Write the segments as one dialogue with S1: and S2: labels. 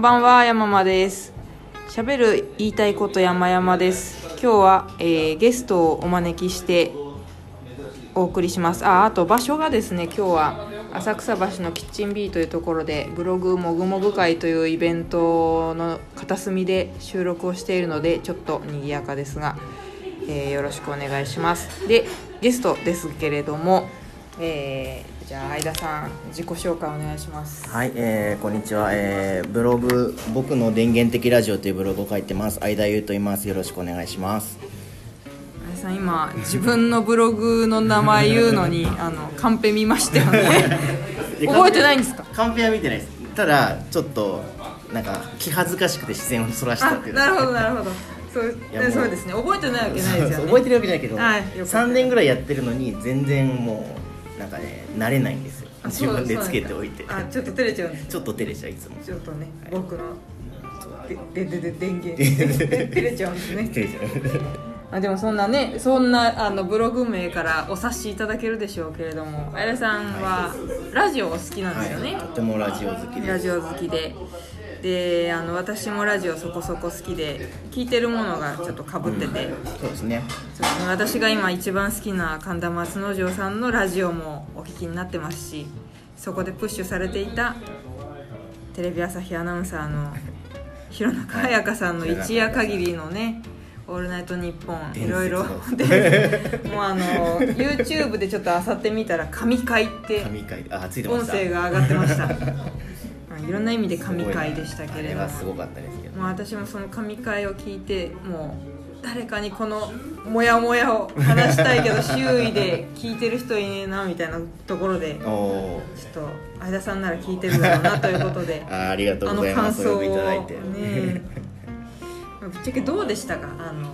S1: ばんは、山間です。喋る言いたいこと山々です。今日は、えーゲストをお招きしてお送りします。あ、あと場所がですね、今日は浅草橋のキッチン B というところでブログもぐもぐ会というイベントの片隅で収録をしているので、ちょっと賑やかですが、えーよろしくお願いします。で、ゲストですけれども、えーじゃあ相田さん自己紹介お願いします。
S2: はい、えー、こんにちは、えー、ブログ「僕の電源的ラジオ」というブログを書いてます相田優と言いますよろしくお願いします
S1: あれさん今自分のブログの名前言うの にあのカンペ見ましたよね覚えてないんですか
S2: カンペは見てないですただちょっとなんか気恥ずかしくて視線をそらし
S1: あ
S2: たっていう
S1: なるほどなるほどそう
S2: いやもう
S1: そうですね覚えてないわけないですよね
S2: 覚えてるわけじゃないけど、
S1: はいよかった
S2: 3年ぐらいやってるのに全然もうなんかね慣れないんですよ
S1: あ
S2: 自
S1: そう
S2: 分でつけておいて
S1: そうなんだあちょっと照れちゃうんです
S2: ちょっと照れちゃういつも
S1: ちょっとね僕のでででで電源照れちゃうんですね
S2: 照れちゃう
S1: あでもそんなねそんなあのブログ名からお察しいただけるでしょうけれどもあやれさんはラジオお好きなんですよね、
S2: はい、とてもラジオ好きです
S1: ラジオ好きでであの私もラジオそこそこ好きで聞いてるものがちょっとかぶってて、
S2: そうですね
S1: そうですね私が今一番好きな神田松之丞さんのラジオもお聞きになってますしそこでプッシュされていたテレビ朝日アナウンサーの弘中綾香さんの一夜限りのね「オールナイトニッポン」いろい ろ
S2: 伝
S1: でもうあの YouTube でちょっと漁ってみたら「神回」って
S2: 神回あついてま
S1: 音
S2: した
S1: 声が上がってましたまあいろんな意味で神回でしたけれ
S2: あれ
S1: ど
S2: はす
S1: も
S2: ごかったですけど
S1: まあ私もその神回を聞いてもう誰かにこのモヤモヤを話したいけど周囲で聞いてる人いねえなみたいなところでちょ
S2: おー
S1: っと相田さんなら聞いてるだろうなということで
S2: あーありがと
S1: あ
S2: う
S1: の
S2: ございま
S1: 感
S2: す
S1: 想
S2: お
S1: を
S2: 呼びいただいて、
S1: ねまあぶっちゃけどうでしたかあの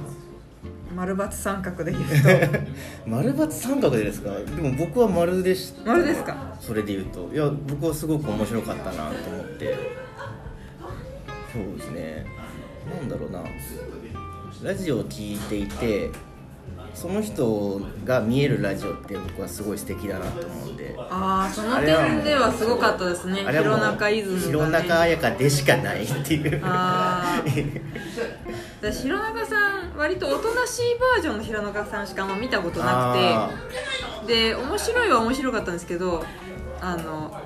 S1: 丸×三角 で言うと
S2: 丸×三角でですかでも僕は丸でした
S1: 丸ですか
S2: それで言うといや僕はすごく面白かったなと思ってそうですねなんだろうなラジオを聞いていてその人が見えるラジオって僕はすごい素敵だなと思うんで
S1: ああその点ではすごかったですね
S2: あれはもう
S1: 弘中イズムが、ね、
S2: 弘中綾香でしかないっていう
S1: あ ー私弘中さん割とおとなしいバージョンの弘中さんしかあんま見たことな
S2: あー
S1: くてで面白いは面白かったんですけどあの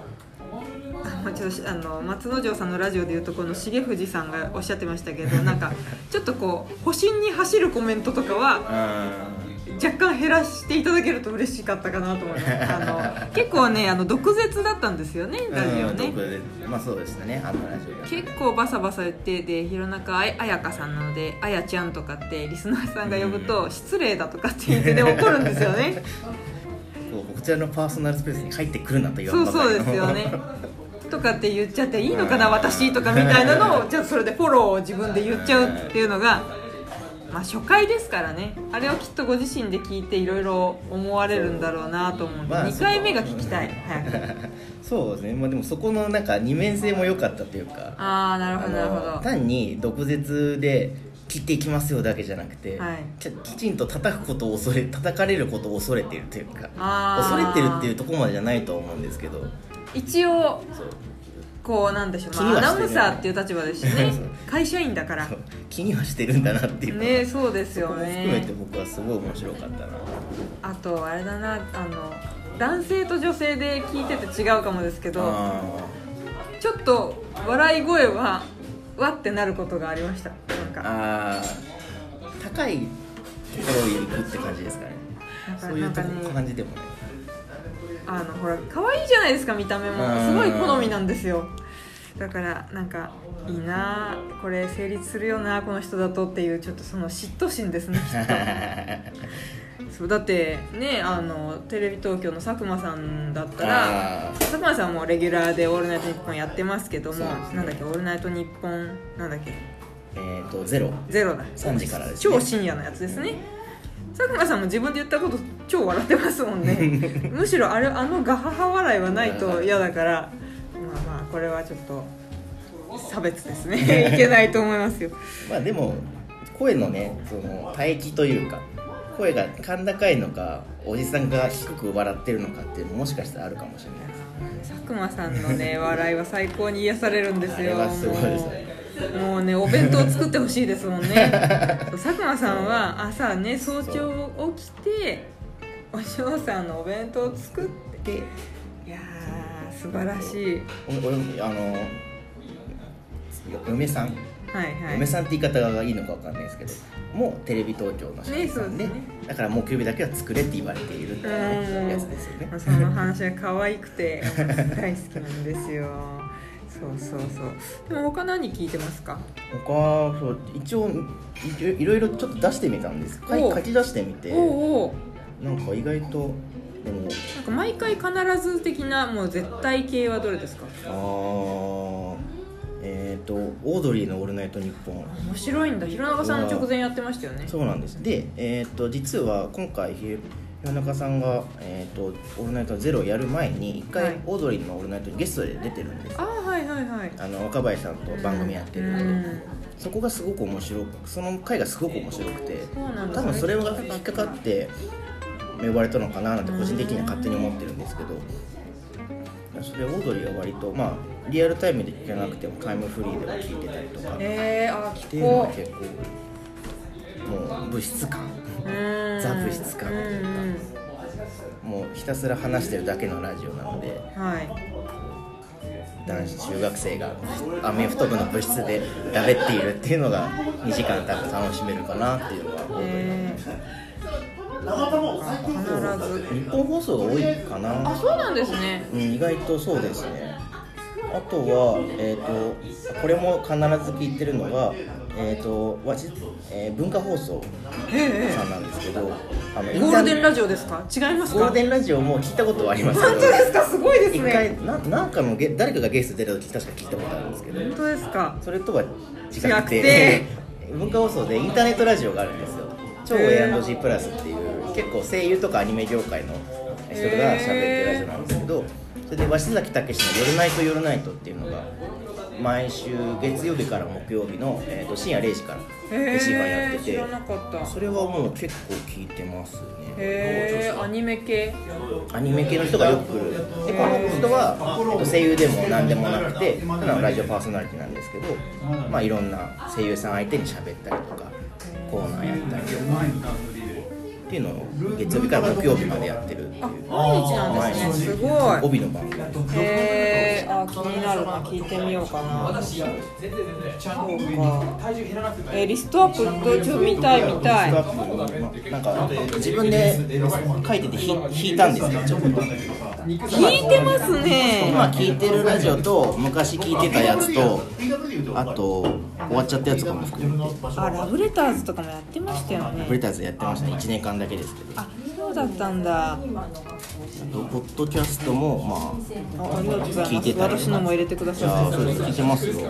S1: あのちょっとあの松之丞さんのラジオでいうとこの重藤さんがおっしゃってましたけ どなんかちょっとこう保身に走るコメントとかは
S2: うん
S1: 若干減らしていただけると嬉しかったかなと思いますあの結構ねあの毒舌だったんですよねラジオね。
S2: うんどこでまあそうでしたねあのラジオが
S1: 結構バサバサ言ってで弘中あやかさんなので「あやちゃん」とかってリスナーさんが呼ぶと「失礼だ」とかって言 ってね怒るんですよね
S2: こうこちらのパーソナルスペースに入ってくるなと言わ
S1: そ
S2: ん
S1: う
S2: ば
S1: そ
S2: か
S1: う
S2: り
S1: で
S2: の
S1: すよねとかって言っちゃって「いいのかな
S2: うん
S1: 私」とかみたいなのをじゃあそれでフォローを自分で言っちゃうっていうのが。まあ初回ですからねあれをきっとご自身で聞いていろいろ思われるんだろうなと思うんで、
S2: まあ
S1: 2回目が聞きたい早く
S2: そうですねまあでもそこのなんか二面性も良かったというか
S1: ああなるほどなるほ
S2: あの
S1: ど
S2: 単に毒舌で切っていきますよだけじゃなくて、
S1: はい
S2: ききちんと叩くことを恐れ叩かれることを恐れているというか
S1: あー
S2: 恐れてるっていうところまでじゃないとは思うんですけど
S1: 一応
S2: そう
S1: こうなんでしょう、まあ、ア
S2: 気
S1: ナ
S2: にはしてる
S1: ウンサーっていう立場ですしね
S2: そう
S1: 会社員だから
S2: そう気にはしてるんだなっていうか
S1: ねそうですよ
S2: 含め
S1: ね
S2: て僕はすごい面白かったな
S1: あとあれだなあの男性と女性で聞いてて違うかもですけど
S2: あ
S1: ちょっと笑い声はわってなることがありましたなん
S2: ー
S1: か
S2: あー高いところに行くって感じですかね
S1: なんか
S2: そういうと
S1: なん
S2: こ
S1: かね
S2: 感じでもね
S1: あのほら可愛いじゃないですか見た目も
S2: うん
S1: すごい好みなんですよだからなんかいいなあこれ成立するよなあこの人だとっていうちょっとその嫉妬心ですねきっと。 そうだってねあのテレビ東京の佐久間さんだったら
S2: あー
S1: 佐久間さんもレギュラーで「オールナイトニッポン」やってますけども、
S2: そうですね
S1: なんだっけ「オールナイトニッポン」なんだっけ
S2: えー、とゼロ
S1: 「ゼロだ
S2: 3時からですね
S1: 超深夜のやつですね佐久間さんも自分で言ったこと超笑ってますもん ねむしろあれあのガハハ笑いはないと嫌だからまあまあこれはちょっと差別ですねいけないと思いますよ
S2: まあでも声のねその帯域というか声が甲高いのかおじさんが低く笑ってるのかっていうのもしかしたらあるかもしれないです
S1: 佐久間さんのね笑いは最高に癒されるんですよ
S2: あれはすごいですね
S1: もうもうねお弁当作ってほしいですもんねそう佐久間さんは朝ね早朝起きてお嬢さんのお弁当を作っていやー素晴らしい
S2: お俺もあのよ嫁さん
S1: はいはい
S2: 嫁さんって言い方がいいのかわかんないですけどもうテレビ東京の社員さんで,、
S1: ねそうです
S2: だからもうキュービだけは作れって言われているっていうやつですよね
S1: その話が可愛くて大好きなんですよそうそうそうでも他何聞いてますか
S2: 他そう一応いろいろいろちょっと出してみたんですかい
S1: おう
S2: 書き出してみて
S1: おうおう
S2: なんか意外とでも
S1: なんか毎回必ず的なもう絶対系はどれですか
S2: あーえっ、とオードリーの「オールナイトニッポン
S1: 面白いんだ弘中さんの直前やってましたよね」
S2: そうなんですでえっ、と実は今回ひ弘中さんが「えー、とオールナイトゼロ」やる前に一
S1: は
S2: 回
S1: い
S2: オードリーの「オールナイト」にゲストで出てるんです
S1: ああはいはいはい
S2: あの若林さんと番組やってる
S1: うん
S2: んでそこがすごく面白くその回がすごく面白くて
S1: そうなんだ
S2: 多分それが引っかかって呼ばれたのかななんて個人的には勝手に思ってるんですけどそれオードリーは割とまあリアルタイムで聞かなくてもタイムフリーでは聞いてたりとかっ
S1: えー、あー
S2: て
S1: 聞
S2: いうの
S1: こ
S2: が結構もう物質感
S1: ううん
S2: ザ物質感
S1: うんうん
S2: もうひたすら話してるだけのラジオなので
S1: はい
S2: 男子中学生がアメフト部の部室でだべっているっていうのが2時間多分楽しめるかなっていうのは思い
S1: え
S2: ます
S1: ーあ必ず
S2: 日本放送が多いか
S1: あ
S2: な、
S1: そうなんですね
S2: うん、意外とそうですねあとは、えー、とこれも必ず聞いてるのが、えーとわしえー文化放送
S1: え
S2: さんなんですけどあの
S1: えゴールデンラ
S2: ジ
S1: ジオですか違います
S2: ゴー
S1: か
S2: ルデンラジオも聞いたことはありますけど
S1: 本当ですかすごいです
S2: 一
S1: ね
S2: 回ななんかのゲ誰かがゲスト出た時確か聞いたことあるんですけど
S1: 本当ですか
S2: それとは違くて
S1: 違くて
S2: 文化放送でインターネットラジオがあるんですよ超
S1: へー
S2: A&G プラスっていう結構声優とかアニメ業界の人が喋ってるラジオなんですけどそれで鷲崎武史の「夜ナイト夜ナイト」っていうのが毎週月曜日から木曜日の、えー、と深夜0時から
S1: へ
S2: 1時間やって
S1: え知
S2: て
S1: らなかった
S2: それはもう結構聞いてますね
S1: へえアニメ系
S2: アニメ系の人がよく来るでこの人は、えっと、声優でも何でもなくてただのラジオパーソナリティなんですけど、まあ、いろんな声優さん相手に喋ったりとかコーナーやったりとかっていうのを月曜日から木曜日までやってるっていう
S1: あ毎日なんですねすごい
S2: 帯の番組です
S1: へえあ気になるな聞いてみようかな私そうかえリストアップどっちょ見たい見たい
S2: スタッフのなんか自分で書いててひ引いたんですよちょっと
S1: 聞いてます
S2: 今
S1: ね
S2: 聞いてるラジオと昔聞いてたやつとあと終わっちゃったやつとかも含めて
S1: あラブレターズとかもやってましたよ
S2: ブ
S1: ね
S2: レターズやってました1年間だけですけど
S1: あそうだったんだ
S2: ポッドキャストもま
S1: あありがとうござい
S2: 聞い
S1: ます
S2: てたり
S1: 私のも入れてくだ
S2: あじゃ
S1: さ
S2: あ
S1: っ
S2: それ聞いてますよ
S1: て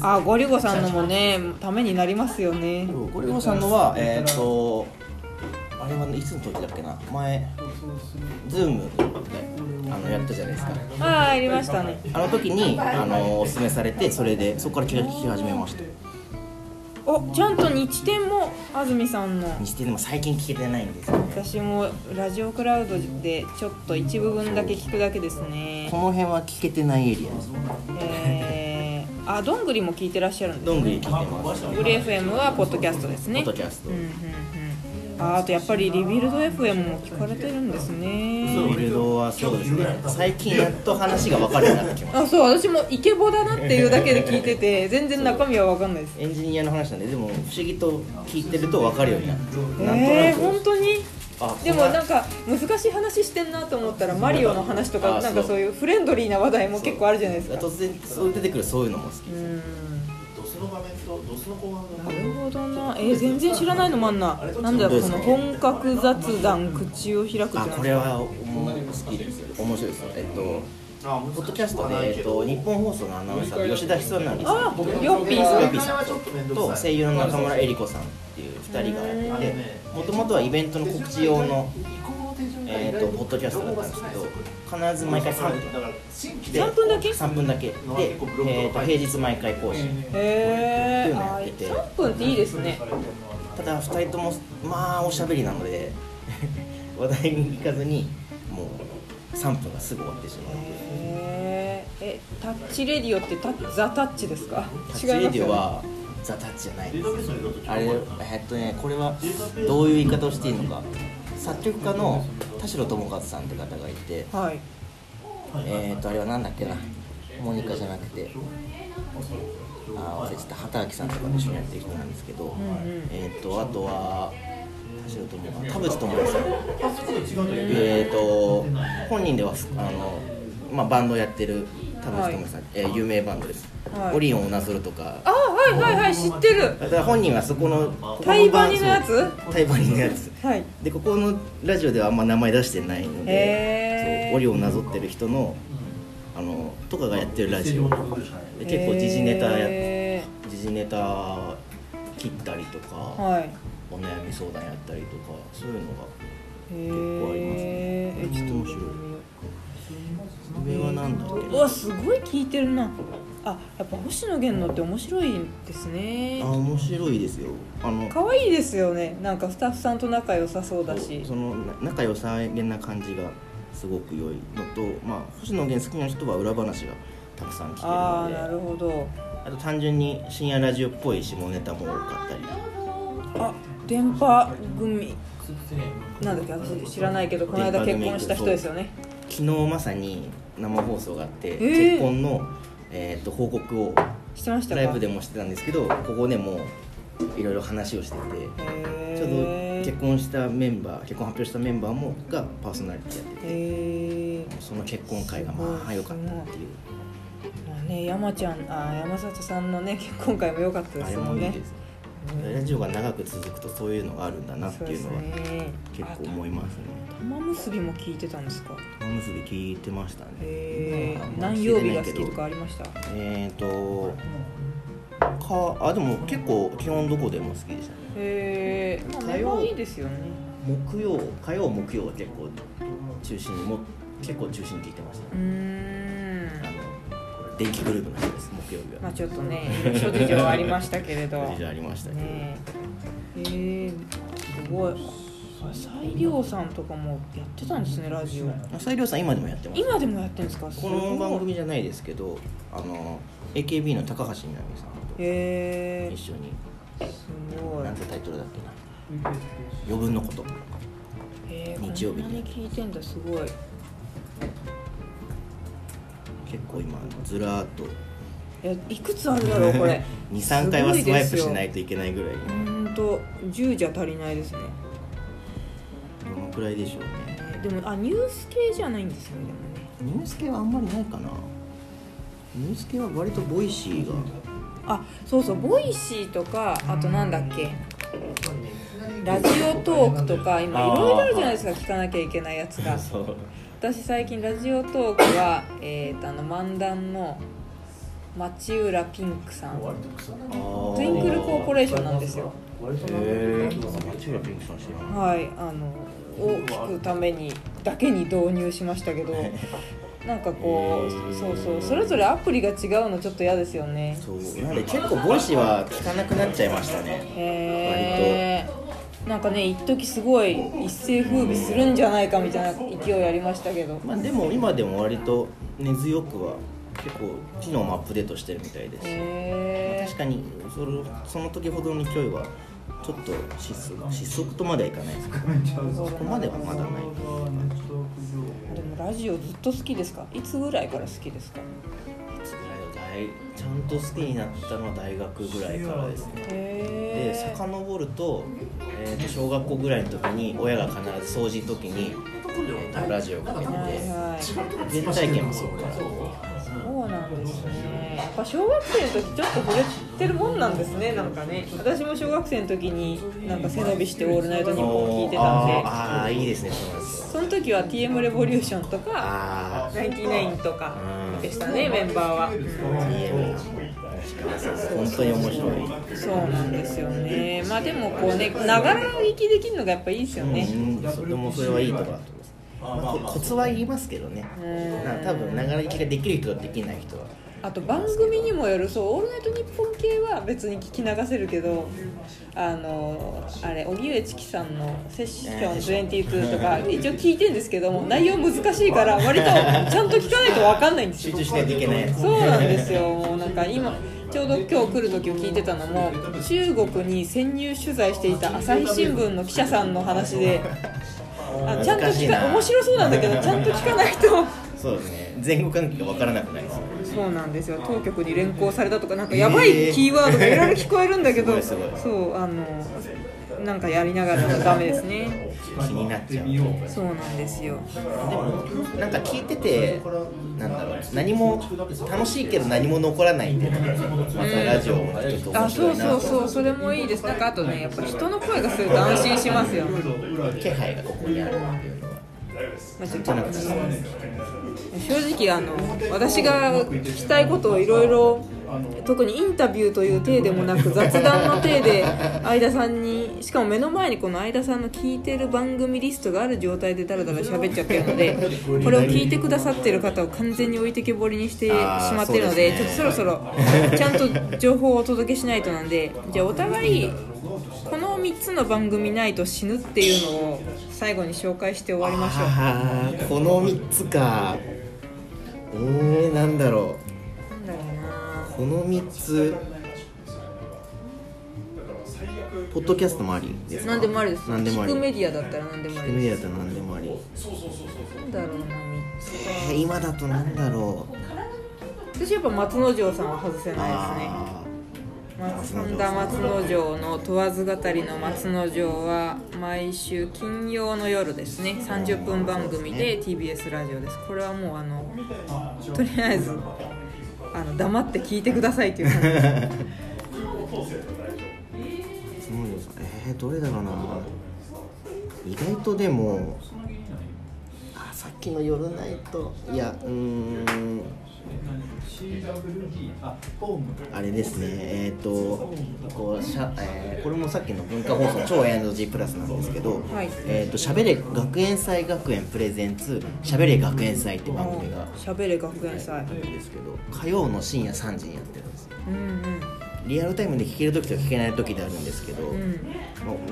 S1: あゴリゴさんのもねためになりますよね
S2: ゴリゴさんのはえっ、とあれはねいつの時だっけな前ズームであのやったじゃないですか
S1: ああやりましたね
S2: あの時にあのおすすめされてそれでそこから聞き始めました
S1: おちゃんと日天も安住さんの
S2: にしてでも最近聞けてないんですよね
S1: 私もラジオクラウドでちょっと一部分だけ聞くだけですね
S2: この辺は聞けてないエリアですね
S1: えー、あどんぐりも聞いてらっしゃるんです
S2: どんぐり聞いてます
S1: どんぐり FM はポッドキャストです
S2: ポ
S1: ね
S2: ッドキャスト
S1: うんうんうんああとやっぱりリビルド FM も聞かれてるんです
S2: そう
S1: ね
S2: ルドはそうですね最近やっと話が分かるようになってきました
S1: あそう私もイケボだなっていうだけで聞いてて全然中身は分かんないです
S2: エンジニアの話なんででも不思議と聞いてると分かるようになる
S1: え
S2: な
S1: ー、本当に
S2: あ
S1: でもなん
S2: か
S1: か難しい話してんなと思ったらマリオの話とか
S2: あ
S1: なんかそういうフレンドリーな話題も結構あるじゃないですか
S2: 突然そう出てくるそういうのも好き
S1: うん
S3: ドスの場面とドスの後半
S1: なるほどなえー全然知らないのもあんななんだろうこの本格雑談口を開く
S2: あ
S1: って
S2: これはもう好きです面白いですよえっと
S3: が
S2: ポッドキャストで、えっと、日本放送のアナウンサーの吉田久なんです
S1: あヨッピー
S2: ヨ
S1: さ
S2: ッピー
S1: ん
S2: さんと声優の中村江里子さんっていう2人がやっててもともとはイベントの告知用の、えっとポッドキャストだったんですけど必ず毎回3分
S3: だから新規
S2: で
S1: 3分だけへ
S2: 3分だけで、えっと平日毎回更新
S1: え
S2: っていうの
S1: あ
S2: やってて
S1: 3分っていいですね
S3: されてるのは
S2: ただ2人ともまあおしゃべりなので話題に行かずにもう3分がすぐ終わってしまうので
S1: へーえタッチレディオってタッザ・タッチですか
S2: タッチ
S1: 違います
S2: レ
S1: よ
S2: ディ
S1: ね
S2: オはザ・タッチじゃない
S3: データベースの色と違う
S2: あれえっとねこれはどういう言い方をしていいのか作曲家の田代智和さんって方がいて
S1: はい
S2: えーとあれはなんだっけなモニカじゃなくてあー忘れちゃった畑明さんとかと一緒にやってる人なんですけど、
S1: んうん
S2: えーとあとは田代智和田淵智也さん
S3: あそこで違うんだよね
S2: えー、と本人ではあの、まあ、バンドをやってる田淵智也さん、えー有名バンドです、
S1: はい
S2: オリオンをなぞるとか
S1: あはいはいはい知ってる
S2: だから本人はそこのここのバン
S1: タイバニのやつ
S2: そうタイバニのやつ
S1: はい
S2: でここのラジオではあんま名前出してないので
S1: へー
S2: そうオリオンをなぞってる人のあのとかがやってるラジオで結構時事ネタや
S1: へ
S2: 時事ネタ切ったりとか、
S1: ーはい
S2: お悩み相談やったりとかそういうのが
S1: 結
S2: 構ありますね
S1: え
S2: ちょっと面白い上はなんだっけ
S1: う
S2: な
S1: わすごい聞いてるなあやっぱ星野源のって面白いですね
S2: あ面白いですよあの
S1: 可愛いですよねなんかスタッフさんと仲良さそうだし
S2: そのな仲良さげな感じがすごく良いのと、まあ、星野源好きな人は裏話がたくさん聞ける
S1: ああ
S2: ので
S1: な
S2: あ
S1: るほど
S2: と単純に深夜ラジオっぽい下ネタも多かったり
S1: あ電波組なんだっけ私知らないけどこの間結
S2: 電波組
S1: 婚した人ですよね
S2: 昨日まさに生放送があって、
S1: ー
S2: 結婚の、えー、と報告を
S1: してましたか
S2: ライブでもしてたんですけどここでもいろいろ話をしててちょうど
S1: へ
S2: 結婚したメンバー結婚発表したメンバーもがパーソナリティやってて
S1: え
S2: その結婚会がまあ良かったっていう
S1: まあね山ちゃんあ山里さんのね結婚会も良かったで
S2: あ
S1: す
S2: れ
S1: も
S2: も
S1: ん
S2: いい
S1: ね
S2: ですラジオが長く続くとそういうのがあるんだなっていうのは
S1: そうですね
S2: 結構
S1: あ
S2: 思いますね
S1: 玉結びも聞いてたんですか
S2: 玉結び聞いてましたね
S1: へ
S2: ま
S1: ー
S2: あまあ
S1: 何曜日が好きとかありました
S2: えっ、ー、とかあでも結構基本どこでも好きでしたね
S1: へえまあ
S2: 火
S1: メン
S2: 曜
S1: バーいいですよね
S2: 木曜火曜木曜は結構中心にも結構中心に聞いてました
S1: うーん
S2: ね、あの電気グループの人です木曜日は、
S1: まあちょっとね諸事情はありましたけれ ど
S2: 事情ありましたけど、
S1: ねええー、すごい浅井亮さんとかもやってたんですねラジオ
S2: 浅井亮さん今でもやってます
S1: 今でもやってるんですかす
S2: こ
S1: ごい
S2: の番組じゃないですけどあの AKB の高橋みなみさんと
S1: へえ
S2: 一緒に
S1: ー、すごい
S2: なんてタイトルだっけな余分のこと
S1: えー、
S2: 日曜日に
S1: こんなに聞いてんだすごい
S2: 結構今ずらーっと
S1: えいくつあるだ ろうこれ
S2: 23回はスワイプしないといけないぐらい
S1: ほんと10じゃ足りないですね
S2: どのくらいでしょうね
S1: ねでもあニュース系じゃないんですよねでもね
S2: ニュース系はあんまりないかなニュース系は割とボイシーが
S1: あそうそうボイシーとかあとなんだっけラジオトークとか今いろいろあるじゃないですか聞かなきゃいけないやつが
S2: そう
S1: 私最近ラジオトークはえーとあの漫談の町浦ピンクさん
S3: 割と草薙
S1: トゥインクルコーポレーションなんですよ
S3: 割と
S2: へえ町浦ピンクさん知らない
S1: はいあのを聞くためにだけに導入しました けどなんかこ
S2: えー
S1: うそうそうそれぞれアプリが違うのちょっと嫌ですよね
S2: そうなんで結構ボイシーは聞かなくなっちゃいましたね
S1: へえなんかね一時すごい一世風靡するんじゃないかみたいな勢いありましたけど
S2: まあでも今でも割と根強くは結構機能もアップデートしてるみたいですし
S1: へ
S2: 確かにそのその時ほどの勢いはちょっと失速失速とまではいかないですけど
S1: えそ
S2: そこまではまだない
S1: でもラジオずっと好きですかいつぐらいから好きですか
S2: 大ちゃんと好きになったのは大学ぐらいからですねで
S1: へえ
S2: 遡ると,、えーと小学校ぐらいの時に親が必ず掃除の時に、えーとラジオをかけて
S1: はい
S2: て全体験もそこから
S1: そうなんですねやっぱ小学生の時ちょっと惚れてるもんなんですねなんかね私も小学生の時になんか背伸びして「オールナイトニッポン」聞いてたんで
S2: あーあーいいですねそうなんですよ
S1: その時は TM レボリューションとか
S2: ああ
S1: 99とか
S2: うん
S1: でしたねメンバーは、
S2: 本当に面白い
S1: そうなんですよねまあでもこうねながら聞きできるのがやっぱいいですよね、
S2: うん、それもそれはいいとこだと思います、まあ、ココツは言いますけどね
S1: うん
S2: な多分ながら聞きができる人とできない人は
S1: あと番組にもよるそう「オールナイトニッポン」系は別に聞き流せるけどあのあれ荻上チキさんの「セッション22」とか一応聞いてんですけども内容難しいから割とちゃんと聞かないと分かんないんです
S2: 集
S1: よ
S2: 中しないといけないやつ
S1: そうなんですよもうなんか今ちょうど今日来る時を聞いてたのも中国に潜入取材していた朝日新聞の記者さんの話であちゃんと
S2: 難しい
S1: 聞か
S2: な
S1: 面白そうなんだけどちゃんと聞かないと
S2: そうですね前後関係が分からなくなりそう
S1: そうなんですよ当局に連行されたとかなんかやばいキーワードがいろいろ聞こえるんだけど、
S2: えー すごいすごい
S1: そうあのなんかやりながらだとダメですね
S2: 気になっちゃう
S1: そうなんですよ
S2: なんか聞いててなんだろう何も楽しいけど何も残らないんでまたラジオもちょっと面
S1: あそ
S2: 白
S1: う
S2: い
S1: そ
S2: な
S1: うそ
S2: と
S1: うそれもいいですなんかあとねやっぱ人の声がすると安心しますよ、ま
S2: 気配がここにあるっていうのは
S1: あ、ちょっ
S2: じ
S1: と
S2: ゃなくて
S1: 正直あの私が聞きたいことをいろいろ特にインタビューという体でもなく雑談の体で相田さんにしかも目の前にこの相田さんの聞いてる番組リストがある状態でダラダラ喋っちゃってるの でこれを聞いてくださってる方を完全に置いてけぼりにしてしまってるので
S2: あー
S1: ちょっとそ
S2: そう
S1: ろ
S2: で
S1: そ
S2: すね
S1: ろちゃんと情報をお届けしないとなんでじゃあお互いこの3つの番組ないと死ぬっていうのを最後に紹介して終わりましょう。
S2: あーこの3つかうーんなん
S1: なんだ
S2: だろ
S1: ろうな
S2: うこの3つポッドキャストもありですか
S1: 何でもありです
S2: 何でもあり
S1: 聞くメディアだったら何でもあり
S2: メディ
S1: で
S2: ア
S1: す
S2: だと何でもあり
S1: なんだろうな3つ
S2: えー今だとなんだろう
S1: 私やっぱ松之丞さんは外せないですね
S2: あ
S1: 松
S2: 松之丞さん
S1: 本田松之丞の問わず語りの松之丞は毎週金曜の夜ですね30分番組で TBS ラジオですこれはもうあのとりあえずあの黙って聞いてくださいっていう感じです
S2: ーそうですえー、どれだろうな意外とでもあさっきの「夜ナイト」いやうーんあれですねえっ、とこうしゃ、えーこれもさっきの文化放送の超 A&G プラスなんですけど「
S1: はい
S2: えー、としゃべれ学園祭学園プレゼンツしゃべれ学園祭」って番組が
S1: しゃべれ学園祭
S2: あるんですけど火曜の深夜3時にやってるんです
S1: うんうん
S2: リアルタイムで聴ける時と聴けない時であるんですけど、
S1: うん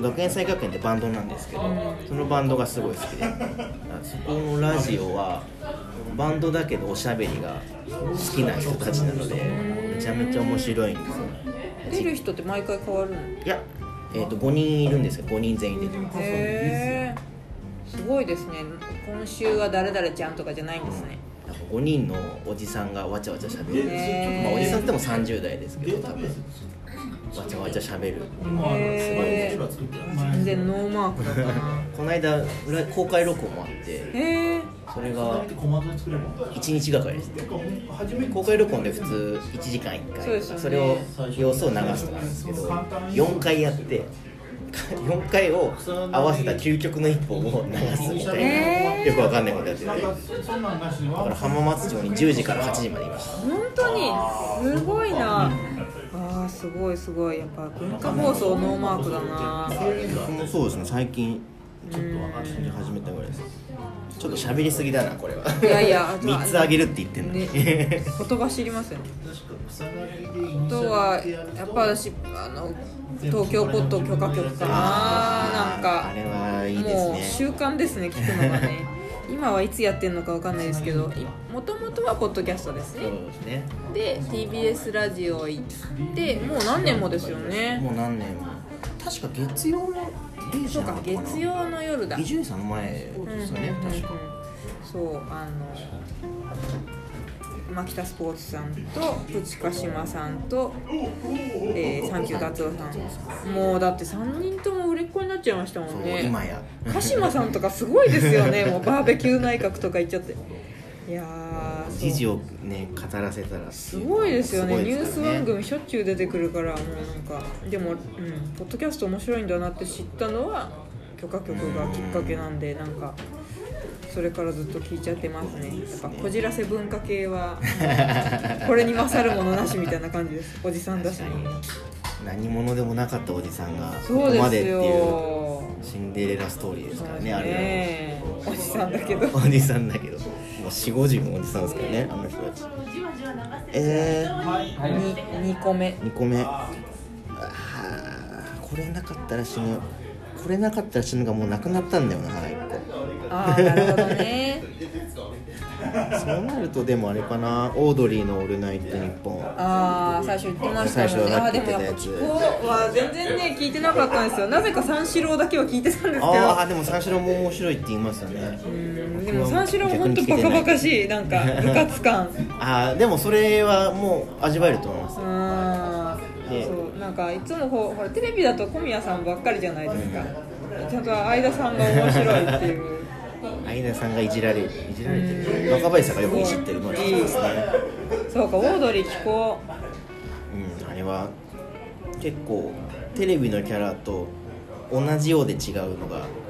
S2: 学園祭学園ってバンドなんですけど、そのバンドがすごい好きでそこのラジオはバンドだけどおしゃべりが好きな人たちなのでめちゃめちゃ面白いんです
S1: 出
S2: よ
S1: る人って毎回変わるのへ
S2: いや、えー、と5人いるんですよ5人全員出てます
S1: えすごいですね今週は誰々ちゃんとかじゃないんですね
S2: 5人のおじさんがわちゃわちゃしゃべる、
S1: へー
S2: まあ、おじさんっても30代ですけど多分わちゃわちゃしゃべる
S1: へえ全然ノーマークだったな
S2: この間裏公開録音もあって
S1: へえ
S2: それが1日がかりですね公
S4: 公
S2: 開録
S4: 開録
S2: 音
S4: 音
S2: で
S4: で
S2: 普
S4: 普
S2: 通
S4: 通
S2: 1時間1回
S1: そうですよね
S2: れを様子を流すとかなんですけど4回やって4回を合わせた究極の一本を流すみたいな
S1: えー
S2: よくわかんないことやっててだか
S4: から
S2: 浜松町に10時から8時までいました
S1: 本当にすごいなあーすごいすごいやっぱ文化放送ノーマークだな
S2: そうですね最近ちょっと始めたぐらいですちょっと喋りすぎだなこれはい
S1: やい や
S2: 3つあげるって言ってんのに、
S1: ね言葉知りますよねあとはやっぱ私あの東京ポット許可局かななんか
S2: あれはいいです
S1: もう
S2: ね
S1: 習慣ですね聞くのがね今はいつやってんのかわかんないですけどもともとはポッドキャストです
S2: そう
S1: ね
S2: ですね
S1: で TBS ラジオ行ってもう何年もですよね
S2: もう何年も確か月曜の0時
S1: そう
S2: なの
S1: か
S2: かな
S1: 月曜の夜だ
S2: 伊集院さんの前ですよね、
S1: うんうんうんうん
S2: 確か
S1: そうあの牧田スポーツさんとプチカシマさんと、えー、サンキューガツオさんもうだって3人とも売れっ子になっちゃいましたも
S2: そ
S1: ん
S2: う、
S1: ね
S2: 今や
S1: 鹿島さんとかすごいですよねもうバーベキュー内閣とか行っちゃっていやーそう
S2: 時事をね語らせたらす
S1: すごいですよねニュース番
S2: 組
S1: 組しょっちゅう出てくるからもうなんかでも、うん、ポッドキャスト面白いんだなって知ったのは許可局がきっかけなんでなんかそれからずっと聞いちゃってますねやっぱこじらせ文化系 はこれに勝るものなしみたいな感じですおじさんだし
S2: 何者でもなかったおじさんがこ
S1: そ
S2: こ
S1: う
S2: ま
S1: で
S2: ですって
S1: よ
S2: いうシンデレラストーリーですからねあれ
S1: おじさんだけど
S2: はおじさんだけどもう4 5 0のおじさんですからねあの人たちえ
S5: え
S2: ー、
S1: に2個目
S2: 2個目あーこれなかったら死ぬこれなかったら死ぬがもうなくなったんだよな1個
S1: ああなるほどね
S2: そうなるとでもあれかなオードリーの「オールナイトニッポン
S1: ああ最初言ってましたもん
S2: 最初
S1: ね
S2: は
S1: あ
S2: な
S1: あ
S2: って
S1: で
S2: た
S1: もやっ
S2: やつ
S1: ぱ気候は全然ね聞いてなかったんですよなぜか三四郎だけは聞いてたんですけど
S2: ああでも三四郎も面白いって言いましたね
S1: うんでも三四郎も本当バカバカしいなんか部活 感
S2: ああでもそれはもう味わえると思います
S1: あ
S2: ね
S1: ーそうなんかいつもこうほらテレビだと小宮さんばっかりじゃないですかちゃんと相田さんが面白いって いう
S2: 相田さんがいじられるいじられてる若林さんがよくいじってるのはいいですね
S1: そうかオードリー気候
S2: うんあれは結構テレビのキャラと同じようで違うのがやっぱ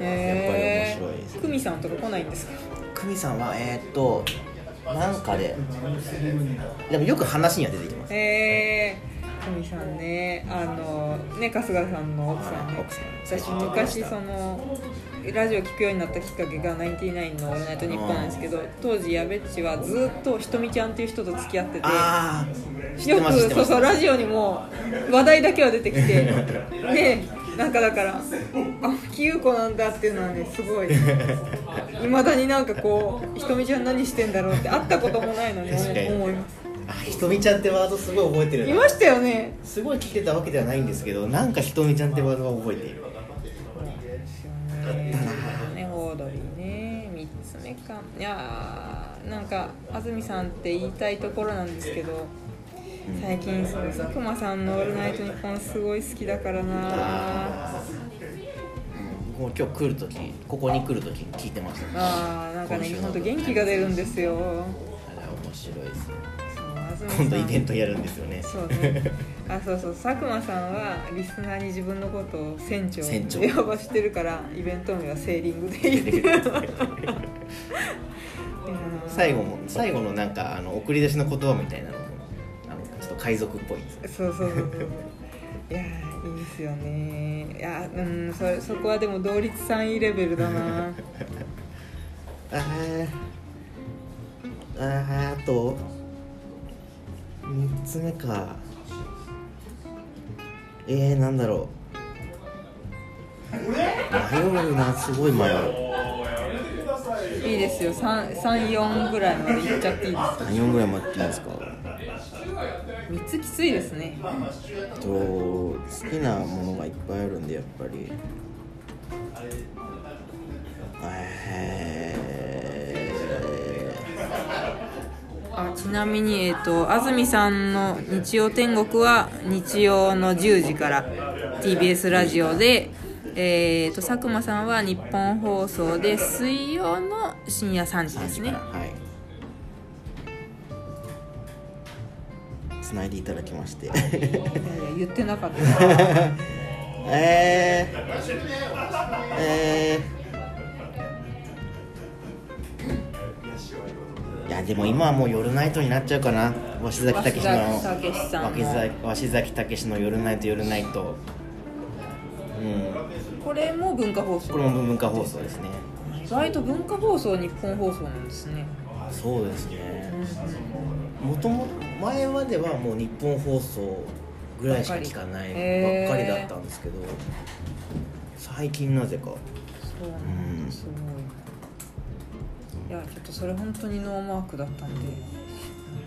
S2: り面白いですね
S1: 久美さんとか来ないんですか
S2: 久美さんはえーっとなんかででもよく話には出てきます
S1: えー、久美さんねあのね春日さんの奥さんね
S2: 奥さん
S1: 私昔そのラジオ聞くようになったきっかけが「ナインティナインのオールナイトニッポン」なんですけど当時やべっちはずっとひとみちゃんっていう人と付き合ってて
S2: ああ知っ
S1: よ
S2: てます知っ
S1: く
S2: て
S1: そ
S2: ま
S1: う
S2: す
S1: そうラジオにも話題だけは出 てきてでなんかだからあ木優子なんだっていうのはねすごいいまだになんかこうひとみちゃん何してんだろうって会ったこともないのに
S2: 確かに
S1: 思います
S2: あひとみちゃんってワードすごい覚えてる
S1: い
S2: な
S1: ましたよね
S2: すごい聞いてたわけではないんですけどなんかひとみちゃんってワードは覚えている
S1: ねオードリーね3つ目かいやーなんか安住さんって言いたいところなんですけど最近そう佐久間さんの「オールナイトニッポン」すごい好きだからな
S2: もう今日来る時ここに来る時に聞いてましたね
S1: あーなんかね
S2: 今週の
S1: 本当元気が出るんですよ
S2: あれは面白いですね
S1: そう
S2: 今度イベント
S1: や
S2: やるんです よね
S1: そうねあそうそう佐久間さんはリスナーに自分のことを船長
S2: 船長
S1: って呼ばしてるからイベント名はセーリングでいいっ ていういやー
S2: 最後も最後のなんかあの送り出しの言葉みたいなのもあのちょっと海賊っぽいんですよ
S1: そうそうそうそういやーいいですよねいやーうんそそこはでも同率3位レベルだな
S2: あーあーあと3つ目かえー、なんだろう迷うなすごい迷う
S1: いいですよ34ぐらいまでいっちゃっていいです
S2: 何四ぐらい待っていいですか
S1: 3つきついですね
S2: えっと好きなものがいっぱいあるんでやっぱりえ
S6: あちなみに、えっと安住さんの「日曜天国」は日曜の10時から TBS ラジオで、えー、と佐久間さんは日本放送で水曜の深夜3時
S2: ー、
S6: です
S2: 3時か
S6: ね
S2: らはい繋いでいただきまして
S1: いやいや言ってなかった
S2: えー、えーいやでも今はもう夜ナイトになっちゃうかな鷲崎武の
S1: 鷲崎武さんの
S2: 鷲崎鷲崎武の夜ナイト夜ナイトうん
S1: これも文化放送
S2: これも文化放送ですね
S1: 意外と文化放送日本放送なんですね
S2: そうですねもとも前まではもう日本放送ぐらいしか聞かないばっかりだったんですけど最近なぜか
S1: そうなんだすごいいやちょっとそれ本当にノーマークだったんで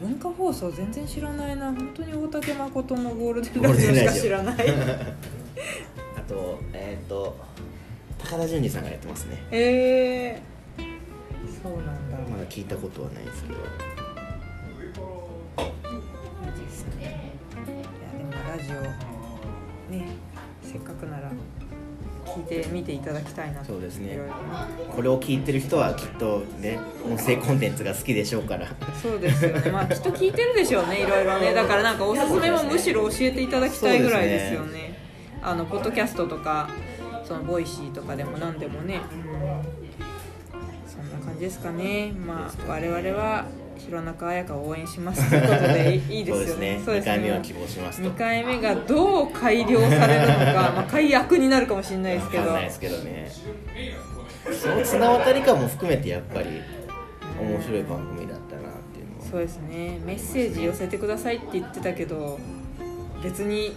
S1: 文化放送全然知らないな本当に大竹誠のゴールデンラジオしか知 らない
S2: あとえっ、と高田純次さんがやってますね
S1: えー、そうなんだ
S2: まだ聞いたことはないですけど
S1: いやでもラジオねせっかくなら聞いてみていただきたいなと
S2: そうですね
S1: いろいろ
S2: これを聞いてる人はきっとね音声コンテンツが好きでしょうから
S1: そうですよねまあきっと聞いてるでしょう ねいろいろねだからなんかおすすめもむしろ教えていただきたいぐらいですよ
S2: そう
S1: ねあのポッドキャストとかそのボイシーとかでも何でもねそんな感じですかねまあ我々は弘中綾香を応援しますということ でいいいですよね
S2: そうですね2回目は希望しますと
S1: 2回目がどう改良されるのか、まあ、改悪になるかもしれないですけ
S2: わか
S1: ど
S2: んないですけどねその綱渡り感も含めてやっぱり
S7: 面白い番組だったなっていうのは
S1: そうですねメッセージ寄せてくださいって言ってたけど別に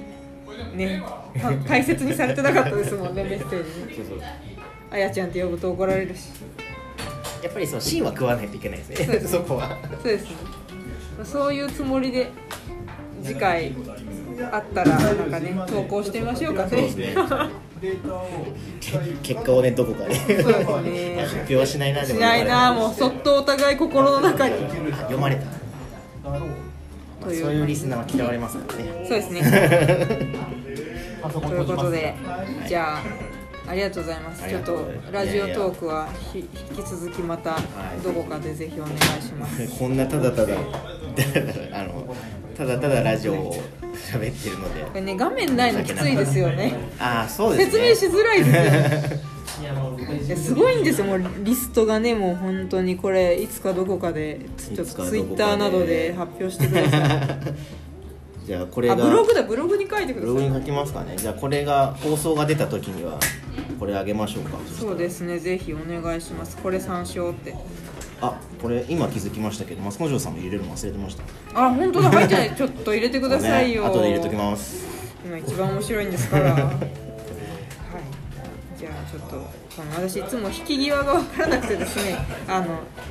S1: ねか解説にされてなかったですも んねメッセージ
S2: そうそう
S1: あやちゃんって呼ぶと怒られるし
S2: やっぱりその芯は食わないといけないですね そこは
S1: そうですねまあそういうつもりで次回あったらなんかね投稿してみましょうか
S2: そうで
S1: ね
S2: すね
S4: 結
S2: 結
S4: 果
S2: 果
S4: を
S2: を
S4: ね
S2: ねどこかで
S1: そうですね
S2: 発表はしないなで
S1: し
S2: も
S1: ないなもうそっとお互い心の中に
S2: あ読まれた、まあ、
S1: と
S2: そう
S1: いう
S2: いうリスナーは嫌われますからね
S1: そうです ね
S4: パソコン
S1: とい
S4: 閉
S1: うこ
S4: じます
S1: とでじゃあありがとうございます
S2: あ
S1: ちょ
S2: りが
S1: っ
S2: とう
S1: と
S2: ございます
S1: ラジオトークはひ引き続きまた
S2: い
S1: どこかでぜひお願いし ます
S2: こんなただただあのただただラジオを喋ってるので
S1: これね画面ないのきついですよね
S2: ああそうです
S1: 説
S2: ね
S1: 明しづらい ですよいやすごいんですよもうリストがねもう本当にこれいつかどこかでちょっと
S2: いつかどこかで
S1: ツイッターなどで発表してください
S2: じゃあこれ
S1: あ
S2: が
S1: ブログだブログに書いて
S2: ブ
S1: く
S2: ロ
S1: だ
S2: グ
S1: さい
S2: に書きますかねじゃあこれが放送が出た時にはこれあげましょうか
S1: そうですねぜひお願いしますこれ参照って
S2: あこれ今気づきましたけどマスコンジョーさんも入れるの忘れてました
S1: あ本 当だ入ってないちょっと入れてくださいよ、
S2: ね後で入れときます
S1: 今一番面白いんですから はいじゃあちょっとこの私いつも引き際が分からなくてですねあの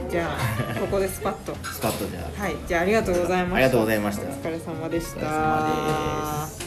S1: じゃあここでスパッと
S2: スカッとじゃ
S1: はいじゃあありがとうございました
S2: あありがとうございました
S1: お疲れ様でした
S2: お疲れ様です